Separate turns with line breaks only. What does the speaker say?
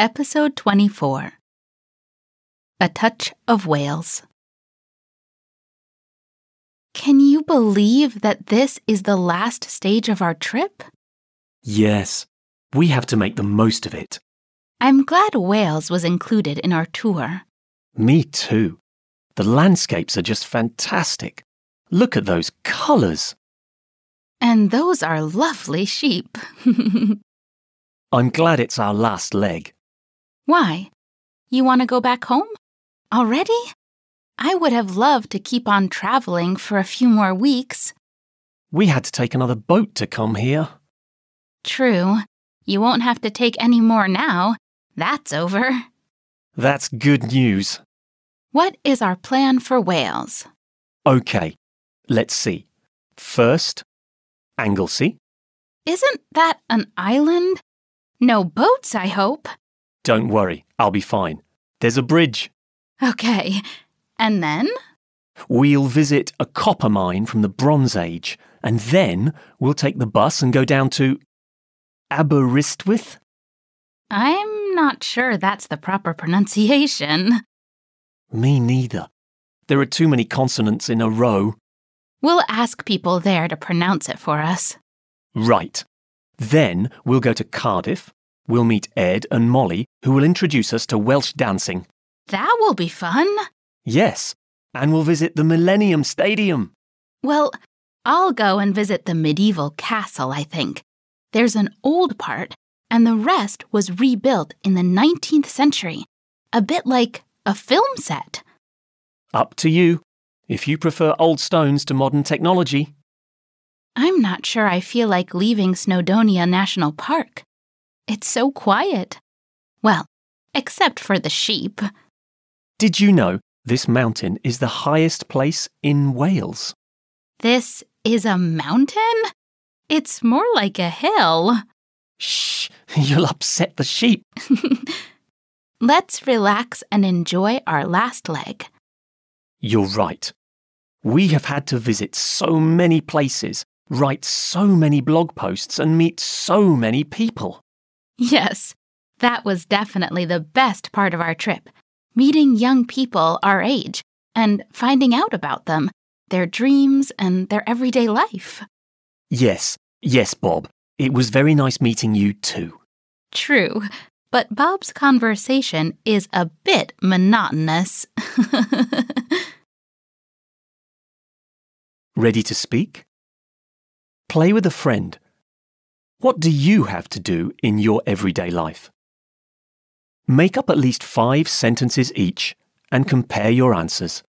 Episode 24 A Touch of Wales. Can you believe that this is the last stage of our trip?
Yes, we have to make the most of it.
I'm glad Wales was included in our tour.
Me too. The landscapes are just fantastic. Look at those colours.
And those are lovely sheep.
I'm glad it's our last leg.
Why? You want to go back home? Already? I would have loved to keep on traveling for a few more weeks.
We had to take another boat to come here.
True. You won't have to take any more now. That's over.
That's good news.
What is our plan for Wales?
Okay, let's see. First, Anglesey.
Isn't that an island? No boats, I hope.
Don't worry, I'll be fine. There's a bridge.
Okay. And then?
We'll visit a copper mine from the Bronze Age, and then we'll take the bus and go down to Aberystwyth.
I'm not sure that's the proper pronunciation.
Me neither. There are too many consonants in a row.
We'll ask people there to pronounce it for us.
Right. Then we'll go to Cardiff. We'll meet Ed and Molly, who will introduce us to Welsh dancing.
That will be fun.
Yes, and we'll visit the Millennium Stadium.
Well, I'll go and visit the medieval castle, I think. There's an old part, and the rest was rebuilt in the 19th century, a bit like a film set.
Up to you. If you prefer old stones to modern technology,
I'm not sure I feel like leaving Snowdonia National Park. It's so quiet. Well, except for the sheep.
did you know this mountain is the highest place in Wales?
This is a mountain? It's more like a hill.
Shh, you'll upset the sheep.
Let's relax and enjoy our last leg.
You're right. We have had to visit so many places, write so many blog posts, and meet so many people.
Yes, that was definitely the best part of our trip. Meeting young people our age and finding out about them, their dreams, and their everyday life.
Yes, yes, Bob. It was very nice meeting you too.
True, but Bob's conversation is a bit monotonous.
Ready to speak? Play with a friend. What do you have to do in your everyday life? Make up at least five sentences each and compare your answers.